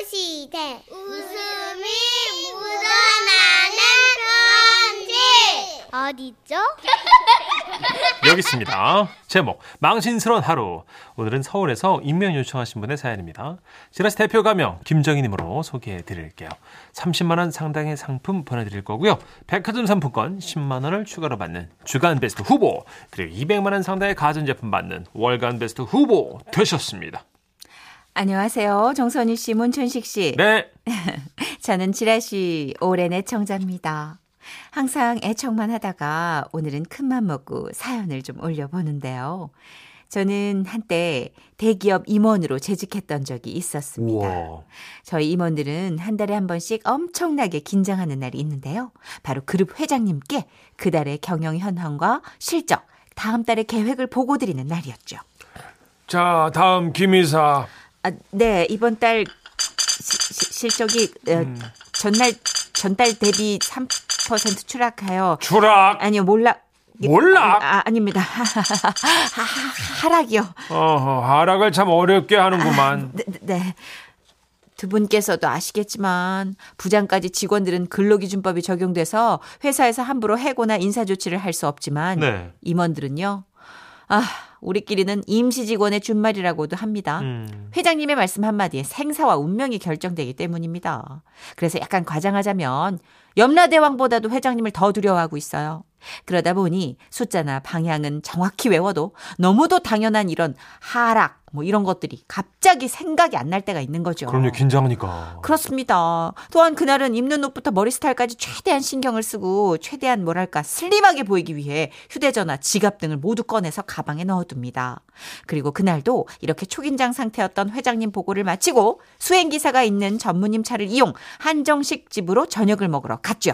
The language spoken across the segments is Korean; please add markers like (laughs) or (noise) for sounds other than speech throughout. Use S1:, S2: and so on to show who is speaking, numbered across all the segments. S1: 돼. 웃음이 묻어나는 편지. 어디죠?
S2: 여기 있습니다. 제목 망신스러운 하루. 오늘은 서울에서 익명 요청하신 분의 사연입니다. 지라시 대표 가명 김정희님으로 소개해 드릴게요. 30만 원 상당의 상품 보내드릴 거고요. 백화점 상품권 10만 원을 추가로 받는 주간 베스트 후보 그리고 200만 원 상당의 가전제품 받는 월간 베스트 후보 되셨습니다.
S3: 안녕하세요. 정선희 씨, 문춘식 씨.
S2: 네,
S3: 저는 지라시 오랜 애청자입니다. 항상 애청만 하다가 오늘은 큰맘 먹고 사연을 좀 올려보는데요. 저는 한때 대기업 임원으로 재직했던 적이 있었습니다.
S2: 우와,
S3: 저희 임원들은 한 달에 한 번씩 엄청나게 긴장하는 날이 있는데요. 바로 그룹 회장님께 그 달의 경영 현황과 실적, 다음 달의 계획을 보고 드리는 날이었죠.
S2: 자 다음 김이사.
S3: 아, 네, 이번 달 시- 시- 실적이 어,
S2: 음.
S3: 전날 전달 대비 3% 추락하여
S2: 추락.
S3: 아니요, 몰락
S2: 몰락?
S3: 아, 아닙니다. (laughs) 하- 하- 하락이요.
S2: 어허, 하락을 참 어렵게 하는구만.
S3: 네, 네, 네. 두 분께서도 아시겠지만 부장까지 직원들은 근로기준법이 적용돼서 회사에서 함부로 해고나 인사 조치를 할 수 없지만
S2: (laughs) 네.
S3: 임원들은요. 아, 우리끼리는 임시 직원의 준말이라고도 합니다.
S2: 음.
S3: 회장님의 말씀 한마디에 생사와 운명이 결정되기 때문입니다. 그래서 약간 과장하자면 염라대왕보다도 회장님을 더 두려워하고 있어요. 그러다 보니 숫자나 방향은 정확히 외워도 너무도 당연한 이런 하락 뭐 이런 것들이 갑자기 생각이 안 날 때가 있는 거죠.
S2: 그럼요, 긴장하니까.
S3: 그렇습니다. 또한 그날은 입는 옷부터 머리 스타일까지 최대한 신경을 쓰고 최대한 뭐랄까 슬림하게 보이기 위해 휴대전화, 지갑 등을 모두 꺼내서 가방에 넣어둡니다. 그리고 그날도 이렇게 초긴장 상태였던 회장님 보고를 마치고 수행기사가 있는 전무님 차를 이용 한정식 집으로 저녁을 먹으러 갔죠.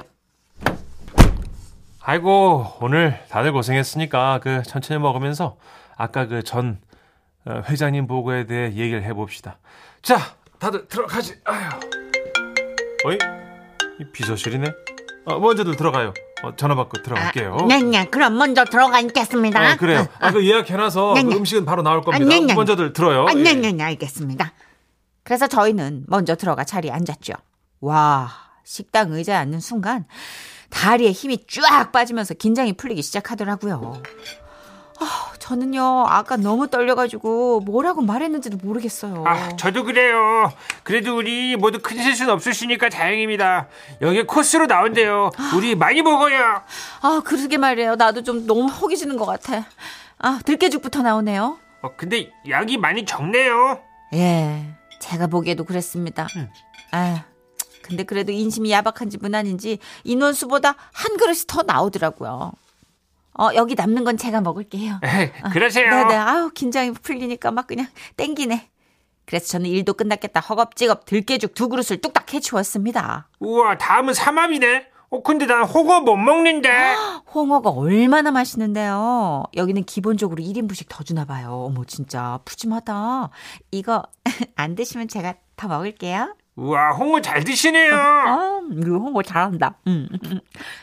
S2: 아이고 오늘 다들 고생했으니까 그 천천히 먹으면서 아까 그 전 어, 회장님 보고에 대해 얘기를 해봅시다. 자 다들 들어가지. 아유. 어이 이 비서실이네. 어, 먼저들 들어가요. 어, 전화 받고 들어갈게요.
S3: 네, 그럼 먼저 들어가 있겠습니다.
S2: 어, 그래요. 아, 그 예약해놔서
S3: 네,
S2: 그
S3: 네.
S2: 음식은 바로 나올 겁니다.
S3: 네, 네.
S2: 먼저들 들어요.
S3: 아,
S2: 예.
S3: 네, 네, 네, 알겠습니다. 그래서 저희는 먼저 들어가 자리에 앉았죠. 와, 식당 의자에 앉는 순간 다리에 힘이 쫙 빠지면서 긴장이 풀리기 시작하더라고요. 아, 저는요, 아까 너무 떨려가지고 뭐라고 말했는지도 모르겠어요.
S4: 아, 저도 그래요. 그래도 우리 모두 큰 실수는 없으시니까 다행입니다. 여기 코스로 나온대요. 우리 많이 먹어요.
S3: 아, 그러게 말이에요. 나도 좀 너무 허기지는 것 같아. 아, 들깨죽부터 나오네요.
S4: 어, 근데 양이 많이 적네요.
S3: 예, 제가 보기에도 그랬습니다. 아, 근데 그래도 인심이 야박한지 무난인지 인원수보다 한 그릇이 더 나오더라고요. 어, 여기 남는 건 제가 먹을게요.
S4: 에헤, 그러세요.
S3: 아, 네네, 아우, 긴장이 풀리니까 막 그냥 땡기네. 그래서 저는 일도 끝났겠다. 허겁지겁 들깨죽 두 그릇을 뚝딱 해치웠습니다.
S4: 우와, 다음은 삼합이네. 어, 근데 난 호거 못 먹는데.
S3: 홍어가 얼마나 맛있는데요. 여기는 기본적으로 1인분씩 더 주나 봐요. 어머, 진짜 푸짐하다. 이거 (laughs) 안 드시면 제가 더 먹을게요.
S4: 우와, 홍어 잘 드시네요.
S3: 아, 이거 홍어 잘한다. 음.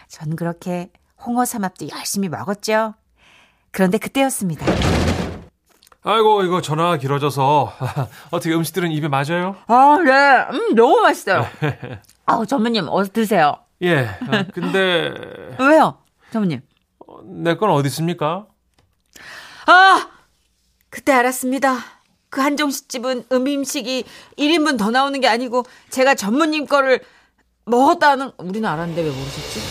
S3: 전 그렇게 홍어 삼합도 열심히 먹었죠. 그런데 그때였습니다.
S2: 아이고 이거 전화 길어져서 (laughs) 어떻게 음식들은 입에 맞아요?
S3: 아, 네. 음, 너무 맛있어요. 아우, 전무님, 어서 드세요.
S2: 예. 아, 근데
S3: 왜요? 전무님.
S2: 내 건 어디 있습니까?
S3: 아! 그때 알았습니다. 그 한정식 집은 음식이 1인분 더 나오는 게 아니고 제가 전무님 거를 먹었다는 우리는 알았는데 왜 모르셨지?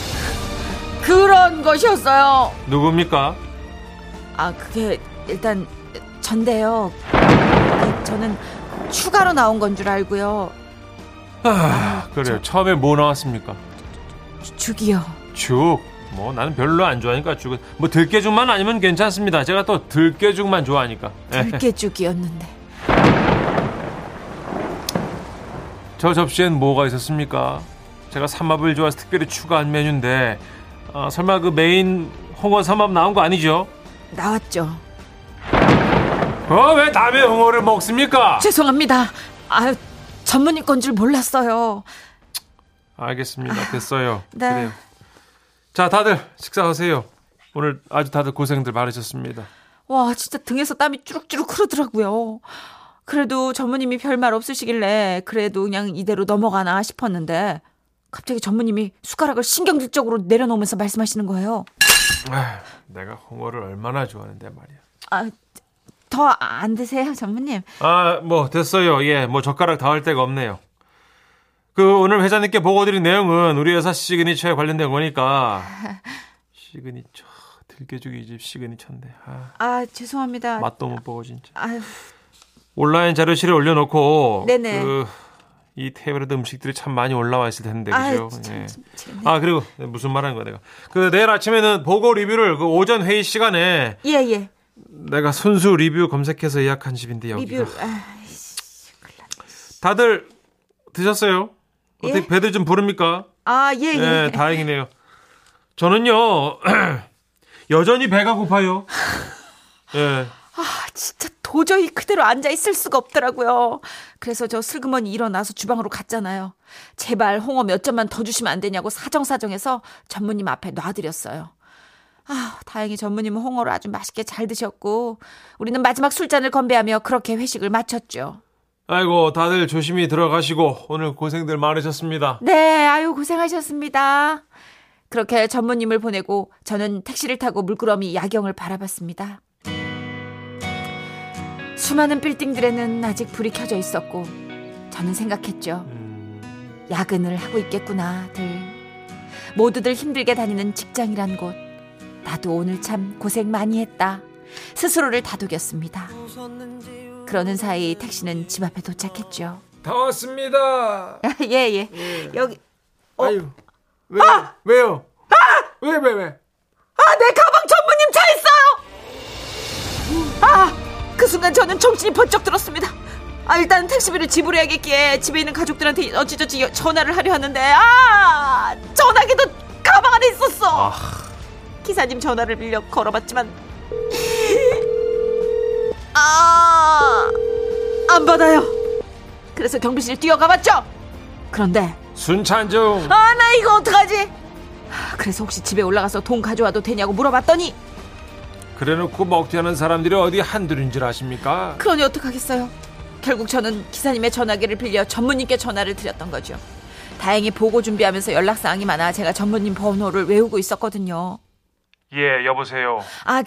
S3: 그런 것이었어요.
S2: 누굽니까?
S3: 아 그게 일단 전데요. 그 저는 추가로 나온 건 줄 알고요.
S2: 아, 그래요. 처음에 뭐 나왔습니까?
S3: 주- 죽이요.
S2: 죽. 뭐 나는 별로 안 좋아하니까 죽은 뭐 들깨죽만 아니면 괜찮습니다. 제가 또 들깨죽만 좋아하니까. 예.
S3: 들깨죽이었는데.
S2: 저 접시엔 뭐가 있었습니까? 제가 삼합을 좋아해서 특별히 추가한 메뉴인데 아, 설마 그 메인 홍어 삼합 나온 거 아니죠?
S3: 나왔죠.
S2: 어, 왜 남의 홍어를 먹습니까?
S3: 죄송합니다. 아유, 전문인 건 줄 몰랐어요.
S2: 알겠습니다. 됐어요.
S3: 네.
S2: 그래요. 자, 다들 식사하세요. 오늘 아주 다들 고생들 많으셨습니다.
S3: 와, 진짜 등에서 땀이 쭈룩쭈룩 흐르더라고요. 그래도 전무님이 별말 없으시길래 그래도 그냥 이대로 넘어가나 싶었는데 갑자기 전무님이 숟가락을 신경질적으로 내려놓으면서 말씀하시는 거예요.
S2: 아휴, 내가 홍어를 얼마나 좋아하는데 말이야.
S3: 아, 더 안 드세요, 전무님?
S2: 아, 뭐 됐어요. 예, 뭐 젓가락 다 할 데가 없네요. 그 오늘 회장님께 보고드린 내용은 우리 회사 시그니처에
S3: (laughs)
S2: 관련된 거니까 시그니처 들깨죽이 집 시그니처인데 아,
S3: 아, 죄송합니다.
S2: 맛도 못 보고 진짜
S3: 아유,
S2: 온라인 자료실에 올려놓고 그,
S3: 네네.
S2: 그이 테이블에도 음식들이 참 많이 올라와 있을 텐데
S3: 아유,
S2: 그죠?
S3: 참,
S2: 예.
S3: 참, 참.
S2: 아 그리고 무슨 말하는 거야 내가 그 내일 아침에는 보고 리뷰를 그 오전 회의 시간에
S3: 예, 예.
S2: 내가 손수 리뷰 검색해서 예약한 집인데 여기가
S3: 리뷰. 아,
S2: 다들 드셨어요? 어떻게
S3: 예?
S2: 배들 좀 부릅니까?
S3: 아, 예, 예.
S2: 예, 다행이네요. 저는요, (clears throat) 여전히 배가 고파요. 예.
S3: 아, 진짜 도저히 그대로 앉아 있을 수가 없더라고요. 그래서 저 슬그머니 일어나서 주방으로 갔잖아요. 제발 홍어 몇 점만 더 주시면 안 되냐고 사정사정해서 전무님 앞에 놔드렸어요. 아, 다행히 전무님은 홍어를 아주 맛있게 잘 드셨고 우리는 마지막 술잔을 건배하며 그렇게 회식을 마쳤죠.
S2: 아이고, 다들 조심히 들어가시고, 오늘 고생들 많으셨습니다.
S3: 네, 아유 고생하셨습니다. 그렇게 전무님을 보내고 저는 택시를 타고 물끄러미 야경을 바라봤습니다. 수많은 빌딩들에는 아직 불이 켜져 있었고 저는 생각했죠. 야근을 하고 있겠구나들. 모두들 힘들게 다니는 직장이란 곳. 나도 오늘 참 고생 많이 했다. 스스로를 다독였습니다. 그러는 사이 택시는 집 앞에 도착했죠. (laughs)
S2: 다 왔습니다.
S3: 예, 예. 여기 어?
S2: 아유, 왜, 왜요? 왜, 왜, 왜?
S3: 아, 내 가방 전무님 차 있어요! 아, 그 순간 저는 정신이 번쩍 들었습니다. 아, 일단 택시비를 지불해야겠기에 집에 있는 가족들한테 어찌저찌 여- 전화를 하려 하는데, 아, 전화기도 가방 안에 있었어! 기사님 전화를 빌려 걸어봤지만, 아, 안 받아요. 그래서 경비실 뛰어가봤죠! 그런데,
S2: 순찬 중.
S3: 아 나 이거 어떡하지 하, 그래서 혹시 집에 올라가서 돈 가져와도 되냐고 물어봤더니
S2: 그래놓고 먹튀 하는 사람들이 어디 한둘인 줄 아십니까?
S3: 그러니 어떡하겠어요 결국 저는 기사님의 전화기를 빌려 전무님께 전화를 드렸던 거죠 다행히 보고 준비하면서 연락사항이 많아 제가 전무님 번호를 외우고 있었거든요
S2: 예, 여보세요.
S3: 아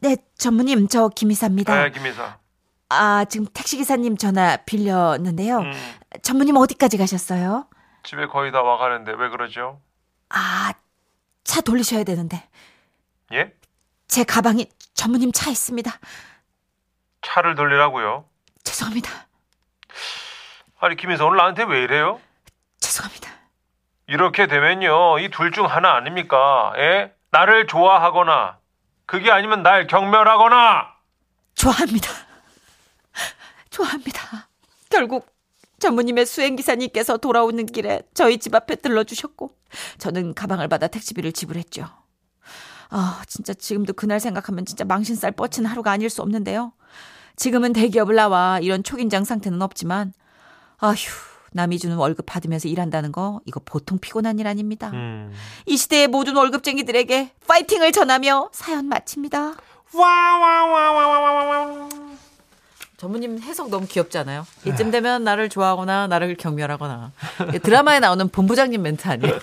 S3: 네 전무님 저 김이사입니다
S2: 예. 김이사.
S3: 아 지금 택시기사님 전화 빌렸는데요 전무님 어디까지 가셨어요?
S2: 집에 거의 다 와가는데 왜 그러죠?
S3: 아 차 돌리셔야 되는데
S2: 예?
S3: 제 가방이 전무님 차에 있습니다
S2: 차를 돌리라고요?
S3: 죄송합니다
S2: 아니, 김이사 오늘 나한테 왜 이래요?
S3: 죄송합니다
S2: 이렇게 되면요, 이 둘 중 하나 아닙니까? 예? 나를 좋아하거나, 그게 아니면 날 경멸하거나!
S3: 좋아합니다. 좋아합니다. 결국 전무님의 수행기사님께서 돌아오는 길에 저희 집 앞에 들러주셨고 저는 가방을 받아 택시비를 지불했죠. 아 진짜 지금도 그날 생각하면 진짜 망신살 뻗친 하루가 아닐 수 없는데요. 지금은 대기업을 나와 이런 초긴장 상태는 없지만 아휴 남이 주는 월급 받으면서 일한다는 거 이거 보통 피곤한 일 아닙니다. 이 시대의 모든 월급쟁이들에게 파이팅을 전하며 사연 마칩니다.
S2: 와와와와와와와
S3: 전무님 해석 너무 귀엽잖아요.
S2: 네.
S3: 이쯤 되면 나를 좋아하거나 나를 경멸하거나 이게 드라마에 나오는 본부장님 멘트 아니에요?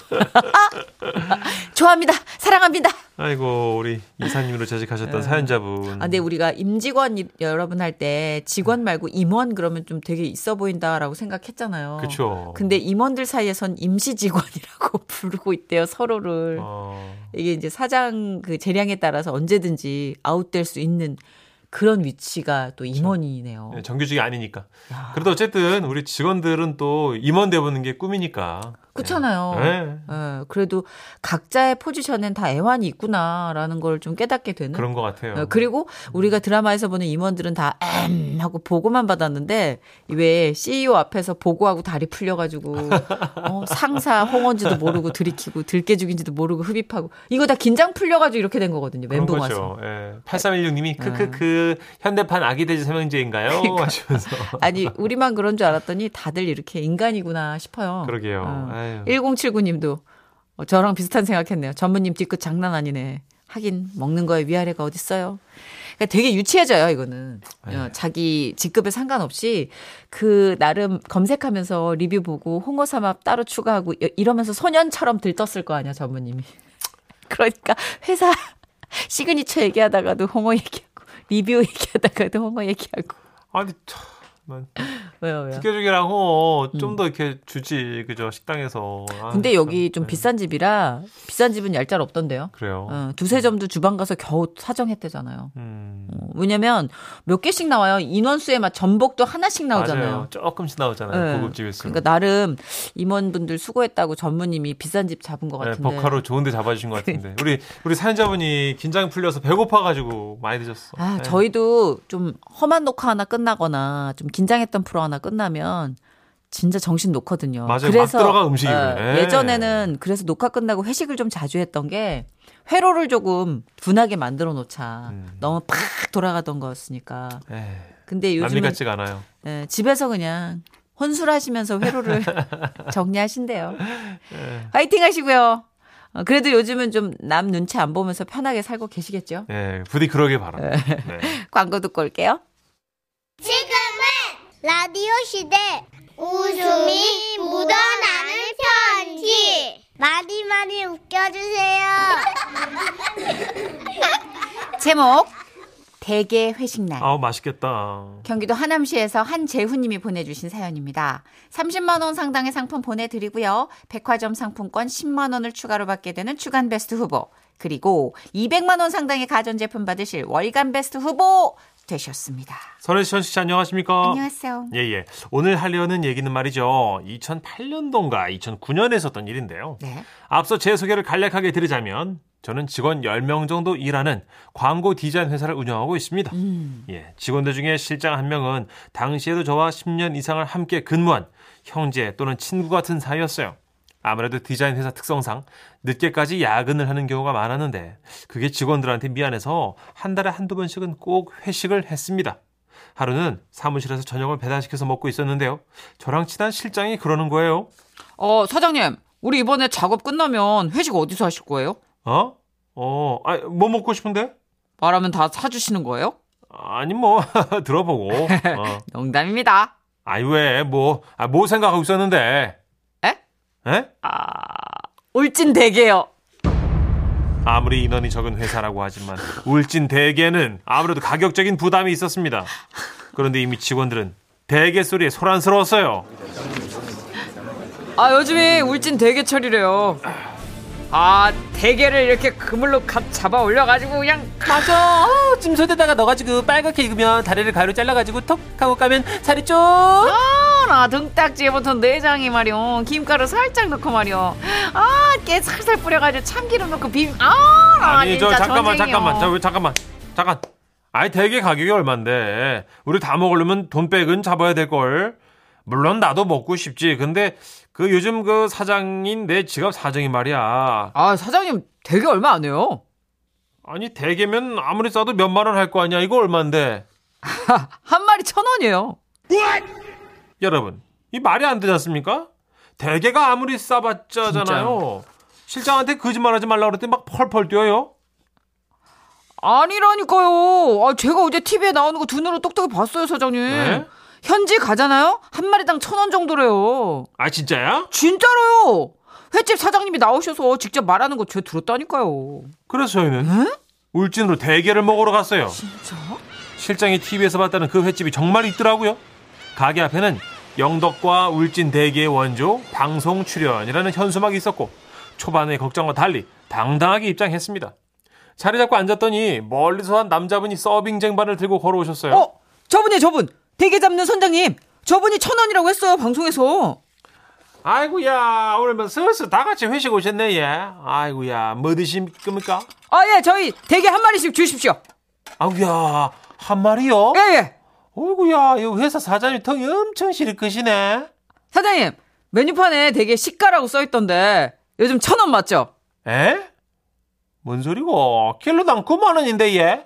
S3: (laughs) 좋아합니다, 사랑합니다.
S2: 아이고, 우리 이사님으로 재직하셨던 사연자분.
S3: 아, 근데 우리가 임직원 이- 여러분 할 때
S2: 음.
S3: 직원 말고 임원 그러면 좀 되게 있어 보인다라고 생각했잖아요.
S2: 그쵸.
S3: 근데 임원들 사이에선 임시 직원이라고 (laughs) 부르고 있대요 서로를.
S2: 어,
S3: 이게 이제 사장 그 재량에 따라서 언제든지 아웃될 수 있는 그런 위치가 또 임원이네요.
S2: 예, 정규직이 아니니까. 그래도 어쨌든 우리 직원들은 또 임원 돼보는 게 꿈이니까.
S3: 그렇잖아요.
S2: 예.
S3: 예, 그래도 각자의 포지션엔 다 애환이 있구나라는 걸 좀 깨닫게 되는.
S2: 그런 것 같아요.
S3: 어, 그리고 우리가 드라마에서 보는 임원들은 다 엠 하고 보고만 받았는데 왜 CEO 앞에서 보고하고 다리 풀려가지고 어, 상사 홍원지도 모르고 들이키고 들깨죽인지도 모르고 흡입하고 이거 다 긴장 풀려가지고 이렇게 된 거거든요
S2: 그런
S3: 멘붕 와서. 네.
S2: 거죠. 예. 8316님이 크크크 현대판 아기돼지 삼형제인가요?
S3: 그러니까.
S2: 하시면서.
S3: 아니 우리만 그런 줄 알았더니 다들 이렇게 인간이구나 싶어요.
S2: 그러게요.
S3: 어.
S2: 아유.
S3: 1079님도 어, 저랑 비슷한 생각했네요. 전무님 뒤끝 장난 아니네. 하긴 먹는 거에 위아래가 어딨어요. 그러니까 되게 유치해져요, 이거는. 어, 자기 직급에 상관없이 그 나름 검색하면서 리뷰 보고 홍어 삼합 따로 추가하고 이- 이러면서 소년처럼 들떴을 거 아니야, 전무님이. (laughs) 그러니까 회사 (laughs) 시그니처 얘기하다가도 홍어 얘기하고 리뷰 얘기하다가도 홍어 얘기하고.
S2: 아니 참.
S3: 왜요, 왜요?
S2: 튀겨주기랑 좀 더 이렇게 주지 그죠 식당에서. 아,
S3: 음. 근데 여기
S2: 참.
S3: 좀 비싼 집이라 비싼 집은 얄짤 없던데요.
S2: 그래요.
S3: 어, 두세 점도 주방 가서 겨우 사정했대잖아요.
S2: 음.
S3: 어, 왜냐면 몇 개씩 나와요. 인원수에 맞 전복도 하나씩 나오잖아요.
S2: 맞아요. 조금씩 나오잖아요.
S3: 예.
S2: 고급집에서.
S3: 그러니까 나름 임원분들 수고했다고 전무님이 비싼 집 잡은 것
S2: 네,
S3: 같은데. 그러니까.
S2: 버카로 좋은데 잡아주신 것 같은데 우리 우리 사연자분이 긴장 풀려서 배고파가지고 많이 드셨어.
S3: 아,
S2: 네.
S3: 저희도 좀 험한 녹화 하나 끝나거나 좀 긴장했던 프로 하나 끝나면 진짜 정신 놓거든요.
S2: 맞아요. 막 들어가 음식이
S3: 어,
S2: 그래.
S3: 예전에는 그래서 녹화 끝나고 회식을 좀 자주 했던 게 회로를 조금 분하게 만들어 놓자.
S2: 음.
S3: 너무 팍 돌아가던 거였으니까.
S2: 에이,
S3: 근데
S2: 예, 남미
S3: 요즘은
S2: 같지가 않아요.
S3: 예, 집에서 그냥 혼술하시면서 회로를 정리하신대요. 화이팅 하시고요. 어, 그래도 요즘은 좀 남 눈치 안 보면서 편하게 살고 계시겠죠?
S2: 예, 부디 그러길 바랍니다. 네.
S3: 광고 듣고 올게요.
S1: 지금은 라디오 시대 웃음이 묻어나는 편지 많이 많이 웃겨주세요
S3: 제목 대개 회식날.
S2: 아우 맛있겠다.
S3: 경기도 하남시에서 한재훈님이 보내주신 사연입니다. 30만 원 상당의 상품 보내드리고요. 백화점 상품권 10만 원을 추가로 받게 되는 주간 베스트 후보 그리고 200만 원 상당의 가전제품 받으실 월간 베스트 후보 되셨습니다.
S2: 설혜시원 씨 안녕하십니까?
S3: 안녕하세요.
S2: 예, 예. 오늘 하려는 얘기는 말이죠. 2008년도인가 2009년에 있었던 일인데요.
S3: 네.
S2: 앞서 제 소개를 간략하게 드리자면 저는 직원 10명 정도 일하는 광고 디자인 회사를 운영하고 있습니다. 예, 직원들 중에 실장 한 명은 당시에도 저와 10년 이상을 함께 근무한 형제 또는 친구 같은 사이였어요. 아무래도 디자인 회사 특성상 늦게까지 야근을 하는 경우가 많았는데 그게 직원들한테 미안해서 한 달에 한두 번씩은 꼭 회식을 했습니다. 하루는 사무실에서 저녁을 배달시켜서 먹고 있었는데요. 저랑 친한 실장이 그러는 거예요.
S3: 어, 사장님, 우리 이번에 작업 끝나면 회식 어디서 하실 거예요?
S2: 어? 어, 아, 뭐 먹고 싶은데?
S3: 말하면 다 사주시는 거예요?
S2: 아니, 뭐, (laughs) 들어보고. 어.
S3: 농담입니다.
S2: 아니, 왜, 뭐, 아, 뭐 생각하고 있었는데.
S3: 에?
S2: 에?
S3: 울진 대게요.
S2: 아무리 인원이 적은 회사라고 하지만, 울진 대게는 아무래도 가격적인 부담이 있었습니다. 그런데 이미 직원들은 대게 소리에 소란스러웠어요.
S5: 아 요즘에 울진 대게철이래요. 아 대게를 이렇게 그물로 갓 잡아 올려가지고 그냥
S6: 맞아. 어, 찜소대다가 넣어가지고 빨갛게 익으면 다리를 가위로 잘라가지고 톡 하고 까면 살이 쭉.
S5: 아 등딱지에부터 내장이 말이오 김가루 살짝 넣고 말이오 아깨 살살 뿌려가지고 참기름 넣고 비아
S2: 아니, 저, 잠깐만, 잠깐만. 저, 왜, 잠깐만. 잠깐. 아니, 대게 가격이 얼만데. 우리 다 먹으려면 돈백은 잡아야 될걸. 물론 나도 먹고 싶지. 근데 그 요즘 그 사장인 내 지갑 사정이 말이야.
S5: 아 사장님 대게 얼마 안 해요?
S2: 아니 대게면 아무리 싸도 몇만 원 할 거 아니야 이거 얼만데
S5: 한 마리 천 원이에요.
S2: 여러분 이 말이 안 되지 않습니까 대게가 아무리 싸봤자잖아요 실장한테 거짓말하지 말라 그랬더니 막 펄펄 뛰어요
S5: 아니라니까요. 아 제가 어제 TV에 나오는 거 두 눈으로 똑똑히 봤어요 사장님.
S2: 네?
S5: 현지 가잖아요. 한 마리당 천 원 정도래요.
S2: 아 진짜야
S5: 진짜로요. 횟집 사장님이 나오셔서 직접 말하는 거 제가 들었다니까요.
S2: 그래서 저희는 울진으로 대게를 먹으러 갔어요 실장이 TV에서 봤다는 그 횟집이 정말 있더라고요 가게 앞에는 영덕과 울진 대게의 원조 방송 출연이라는 현수막이 있었고 초반의 걱정과 달리 당당하게 입장했습니다. 자리 잡고 앉았더니 멀리서 한 남자분이 서빙 쟁반을 들고 걸어오셨어요.
S5: 어, 저분이 저분 대게 잡는 선장님. 저분이 천 원이라고 했어요 방송에서.
S2: 아이고야 오늘 뭐 슬슬 다 같이 회식 오셨네 예. 아이고야 뭐 드십니까?
S5: 아 예, 저희 대게 한 마리씩 주십시오.
S2: 아이고야 한 마리요?
S3: 네.
S5: 예 예,
S2: 아이고야 이 회사 사장님 턱이 엄청 시리크시네.
S5: 사장님 메뉴판에 대게 시가라고 써 있던데 요즘 천 원 맞죠?
S2: 에? 뭔 소리고? 킬로당 9만 원인데 얘?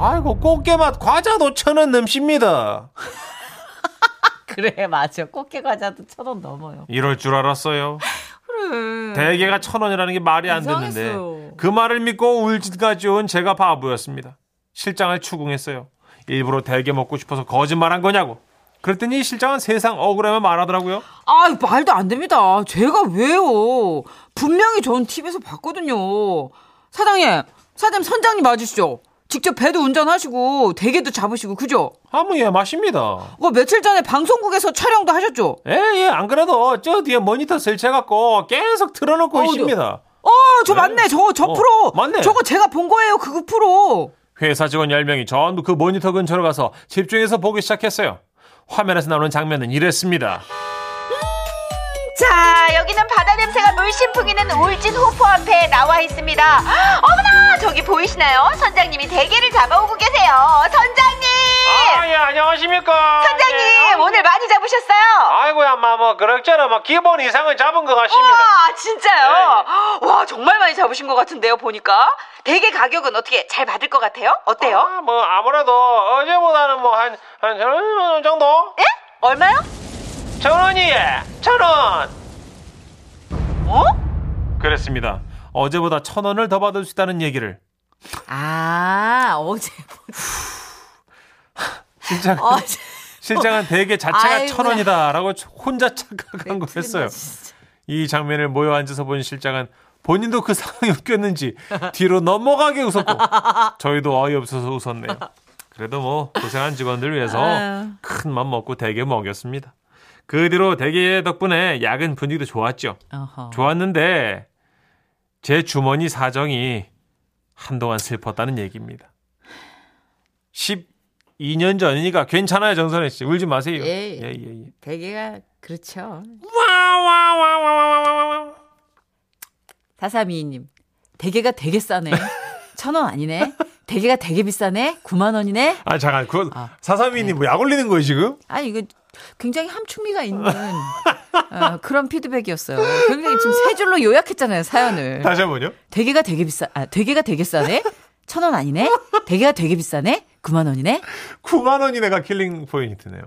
S2: 아이고 꽃게맛 과자도 천 원 넘습니다.
S3: 그래, 맞아. 꽃게 과자도 천 원 넘어요.
S2: 이럴 줄 알았어요.
S5: 그래.
S2: 대게가 천 원이라는 게 말이 안 됐는데
S5: 이상했어요.
S2: 그 말을 믿고 울진까지 온 제가 바보였습니다. 실장을 추궁했어요. 일부러 대게 먹고 싶어서 거짓말한 거냐고. 그랬더니 실장은 세상 억울하면 말하더라고요.
S3: 아, 말도 안 됩니다. 제가 왜요? 분명히 전 TV에서 봤거든요. 사장님, 사장님 선장님 맞으시죠? 직접 배도 운전하시고 대게도 잡으시고 그죠?
S2: 아무 예 맞습니다.
S3: 뭐 며칠 전에 방송국에서 촬영도 하셨죠?
S2: 예예 안 그래도 저 뒤에 모니터 설치해갖고 계속 틀어놓고
S3: 어,
S2: 있습니다.
S3: 어, 저 맞네. 저, 저
S2: 어,
S3: 프로.
S2: 맞네.
S3: 저거 제가 본 거예요. 그 프로.
S2: 회사 직원 10명이 전부 그 모니터 근처로 가서 집중해서 보기 시작했어요. 화면에서 나오는 장면은 이랬습니다.
S7: 자, 여기는 바다 냄새가 물씬 풍기는 울진 호포 앞에 나와 있습니다. 어머나, 저기 보이시나요? 선장님이 대게를 잡아오고 계세요. 선장님!
S4: 아, 예, 안녕하십니까.
S7: 선장님,
S4: 예, 아,
S7: 오늘 많이 잡으셨어요?
S4: 아이고야, 마, 뭐, 그럭저럭, 뭐, 기본 이상은 잡은 것 같습니다. 네.
S3: 와, 진짜요? 와, 정말 많이 잡으신 것 같은데요, 보니까. 대게 가격은 어떻게 잘 받을 것 같아요? 어때요?
S4: 아, 뭐, 아무래도 어제보다는 뭐, 한, 한, 천 원 정도?
S3: 예? 얼마요? 예?
S4: 천 원이에, 천 원!
S3: 어?
S2: 그랬습니다. 어제보다 천 원을 더 받을 수 있다는 얘기를
S3: 아, 어제.
S2: 실장
S3: 어제. (laughs)
S2: 실장은 대개 자체가
S3: 아이고야.
S2: 천 원이다라고 혼자 착각한 거였어요. 이 장면을 모여 앉아서 본 실장은 본인도 그 상황이 웃겼는지 뒤로 넘어가게 웃었고 저희도 어이없어서 웃었네요. 그래도 뭐 고생한 직원들 위해서
S3: 아유.
S2: 큰 맘 먹고 대게 먹였습니다. 그 뒤로 대게 덕분에 야근 분위기도 좋았죠.
S3: 어허.
S2: 좋았는데 제 주머니 사정이 한동안 슬펐다는 얘기입니다. 12년 전이니까 괜찮아요, 정선혜 씨. 울지 마세요.
S3: 예.
S2: 예, 예, 예.
S3: 대게가, 그렇죠.
S2: 와와와와와와.
S3: 4322님. 대게가 되게 싸네. 천 원 아니네. 대게가 되게 비싸네. 9만 원이네.
S2: 아 잠깐 그
S3: 아,
S2: 사삼이님 뭐 약 올리는 거예요 지금?
S3: 아니 이거 굉장히 함축미가 있는 어, 그런 피드백이었어요. 굉장히 지금 세 줄로 요약했잖아요 사연을.
S2: 다시 한번요.
S3: 대게가 되게 비싸. 아 대게가 되게 싸네. 천 원 아니네. 대게가 되게 비싸네. 9만 원이네.
S2: 9만 원이 내가 킬링 포인트네요.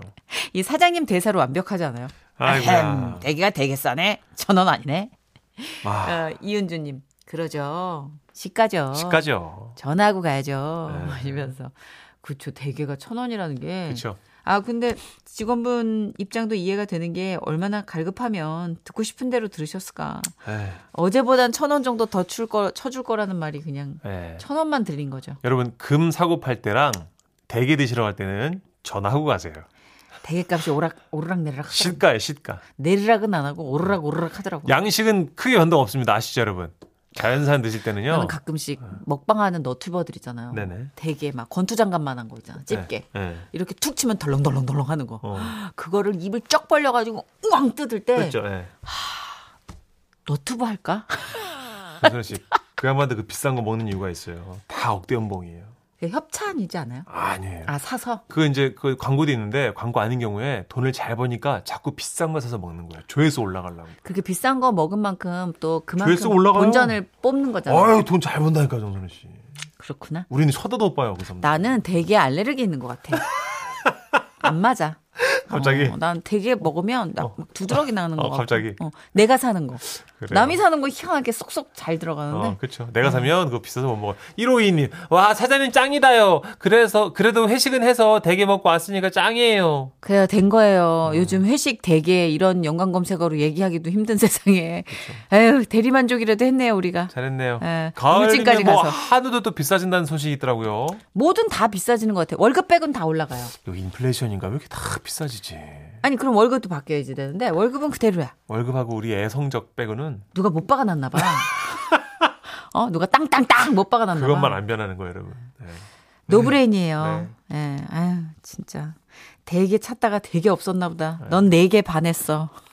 S3: 이 사장님 대사로 완벽하잖아요.
S2: 아이고.
S3: 햄, 대게가 되게 싸네. 천 원 아니네.
S2: 아,
S3: 어, 이은주님 그러죠. 시가죠.
S2: 시까지요.
S3: 전화하고 가야죠. 뭐
S2: 네.
S3: 이러면서. 그쵸. 대게가 천 원이라는 게.
S2: 그렇죠.
S3: 아, 근데 직원분 입장도 이해가 되는 게 얼마나 갈급하면 듣고 싶은 대로 들으셨을까.
S2: 예,
S3: 어제보단 천 원 정도 더 출 거, 쳐줄 거라는 말이 그냥
S2: 예.
S3: 천 원만 들린 거죠.
S2: 여러분 금 사고 팔 때랑 대게 드시러 갈 때는 전화하고 가세요.
S3: 대게 값이 오락, 오르락 내리락. 하더라고요.
S2: 시가에 시가.
S3: 내리락은 안 하고 오르락 오르락 하더라고요.
S2: 양식은 크게 변동 없습니다. 아시죠, 여러분? 자연산 드실 때는요.
S3: 저는 가끔씩 먹방하는 너튜버들 있잖아요.
S2: 네. 네네.
S3: 대게 막 권투장갑만한 거 있잖아. 집게. 네.
S2: 예.
S3: 이렇게 툭 치면 덜렁덜렁덜렁 하는 거.
S2: 어.
S3: 그거를 입을 쩍 벌려가지고 우왕 뜯을 때
S2: 그렇죠. 예.
S3: 너튜브 할까? (laughs)
S2: 조선 씨. 그야말로 그 비싼 거 먹는 이유가 있어요. 다 억대 연봉이에요.
S3: 그게 협찬이지 않아요?
S2: 아니에요.
S3: 아 사서
S2: 그 이제 그 광고도 있는데 광고 아닌 경우에 돈을 잘 버니까 자꾸 비싼 거 사서 먹는 거예요. 조회수 올라가려고.
S3: 그렇게 비싼 거 먹은 만큼 또
S2: 조회수
S3: 그만큼
S2: 올라가요.
S3: 본전을 뽑는 거잖아요.
S2: 아유, 돈 잘 번다니까 정선우 씨.
S3: 그렇구나.
S2: 우리는 쳐다도 못 봐요, 그 사람.
S3: 나는 되게 알레르기 있는 것 같아.
S2: (laughs)
S3: 안 맞아.
S2: 갑자기?
S3: 어, 난 되게 먹으면 나
S2: 어.
S3: 막 두드러기 나는 거
S2: 어,
S3: 같고.
S2: 갑자기?
S3: 어, 내가 사는 거.
S2: 그래요.
S3: 남이 사는 거 희한하게 쏙쏙 잘 들어가는데. 음.
S2: 어, 그렇죠. 내가 사면 그거 비싸서 못 먹어. 152님. 와, 사장님 짱이다요. 그래서 그래도 회식은 해서 대게 먹고 왔으니까 짱이에요.
S3: 그래야 된 거예요.
S2: 어.
S3: 요즘 회식 대게 이런 연관 검색어로 얘기하기도 힘든 (laughs) 세상에. 에휴 대리만족이라도 했네요 우리가.
S2: 잘했네요.
S3: 예,
S2: 가을이면
S3: 울진까지
S2: 뭐
S3: 가서.
S2: 한우도 또 비싸진다는 소식이 있더라고요.
S3: 뭐든 다 비싸지는 것 같아. 월급 빼곤 다 올라가요.
S2: 이거 인플레이션인가 왜 이렇게 다 비싸지지?
S3: 아니 그럼 월급도 바뀌어야지 되는데 월급은 그대로야.
S2: 월급하고 우리 애 성적 빼고는
S3: 누가 못 박아놨나
S2: (laughs)
S3: 봐. 어 누가 땅땅땅 못 박아놨나 봐.
S2: 그것만 안 변하는 거예요, 여러분. 네.
S3: 노브레인이에요. 예.
S2: 네.
S3: 아유 진짜 대게 찾다가 대게 없었나 보다. 넌 네 개 반했어.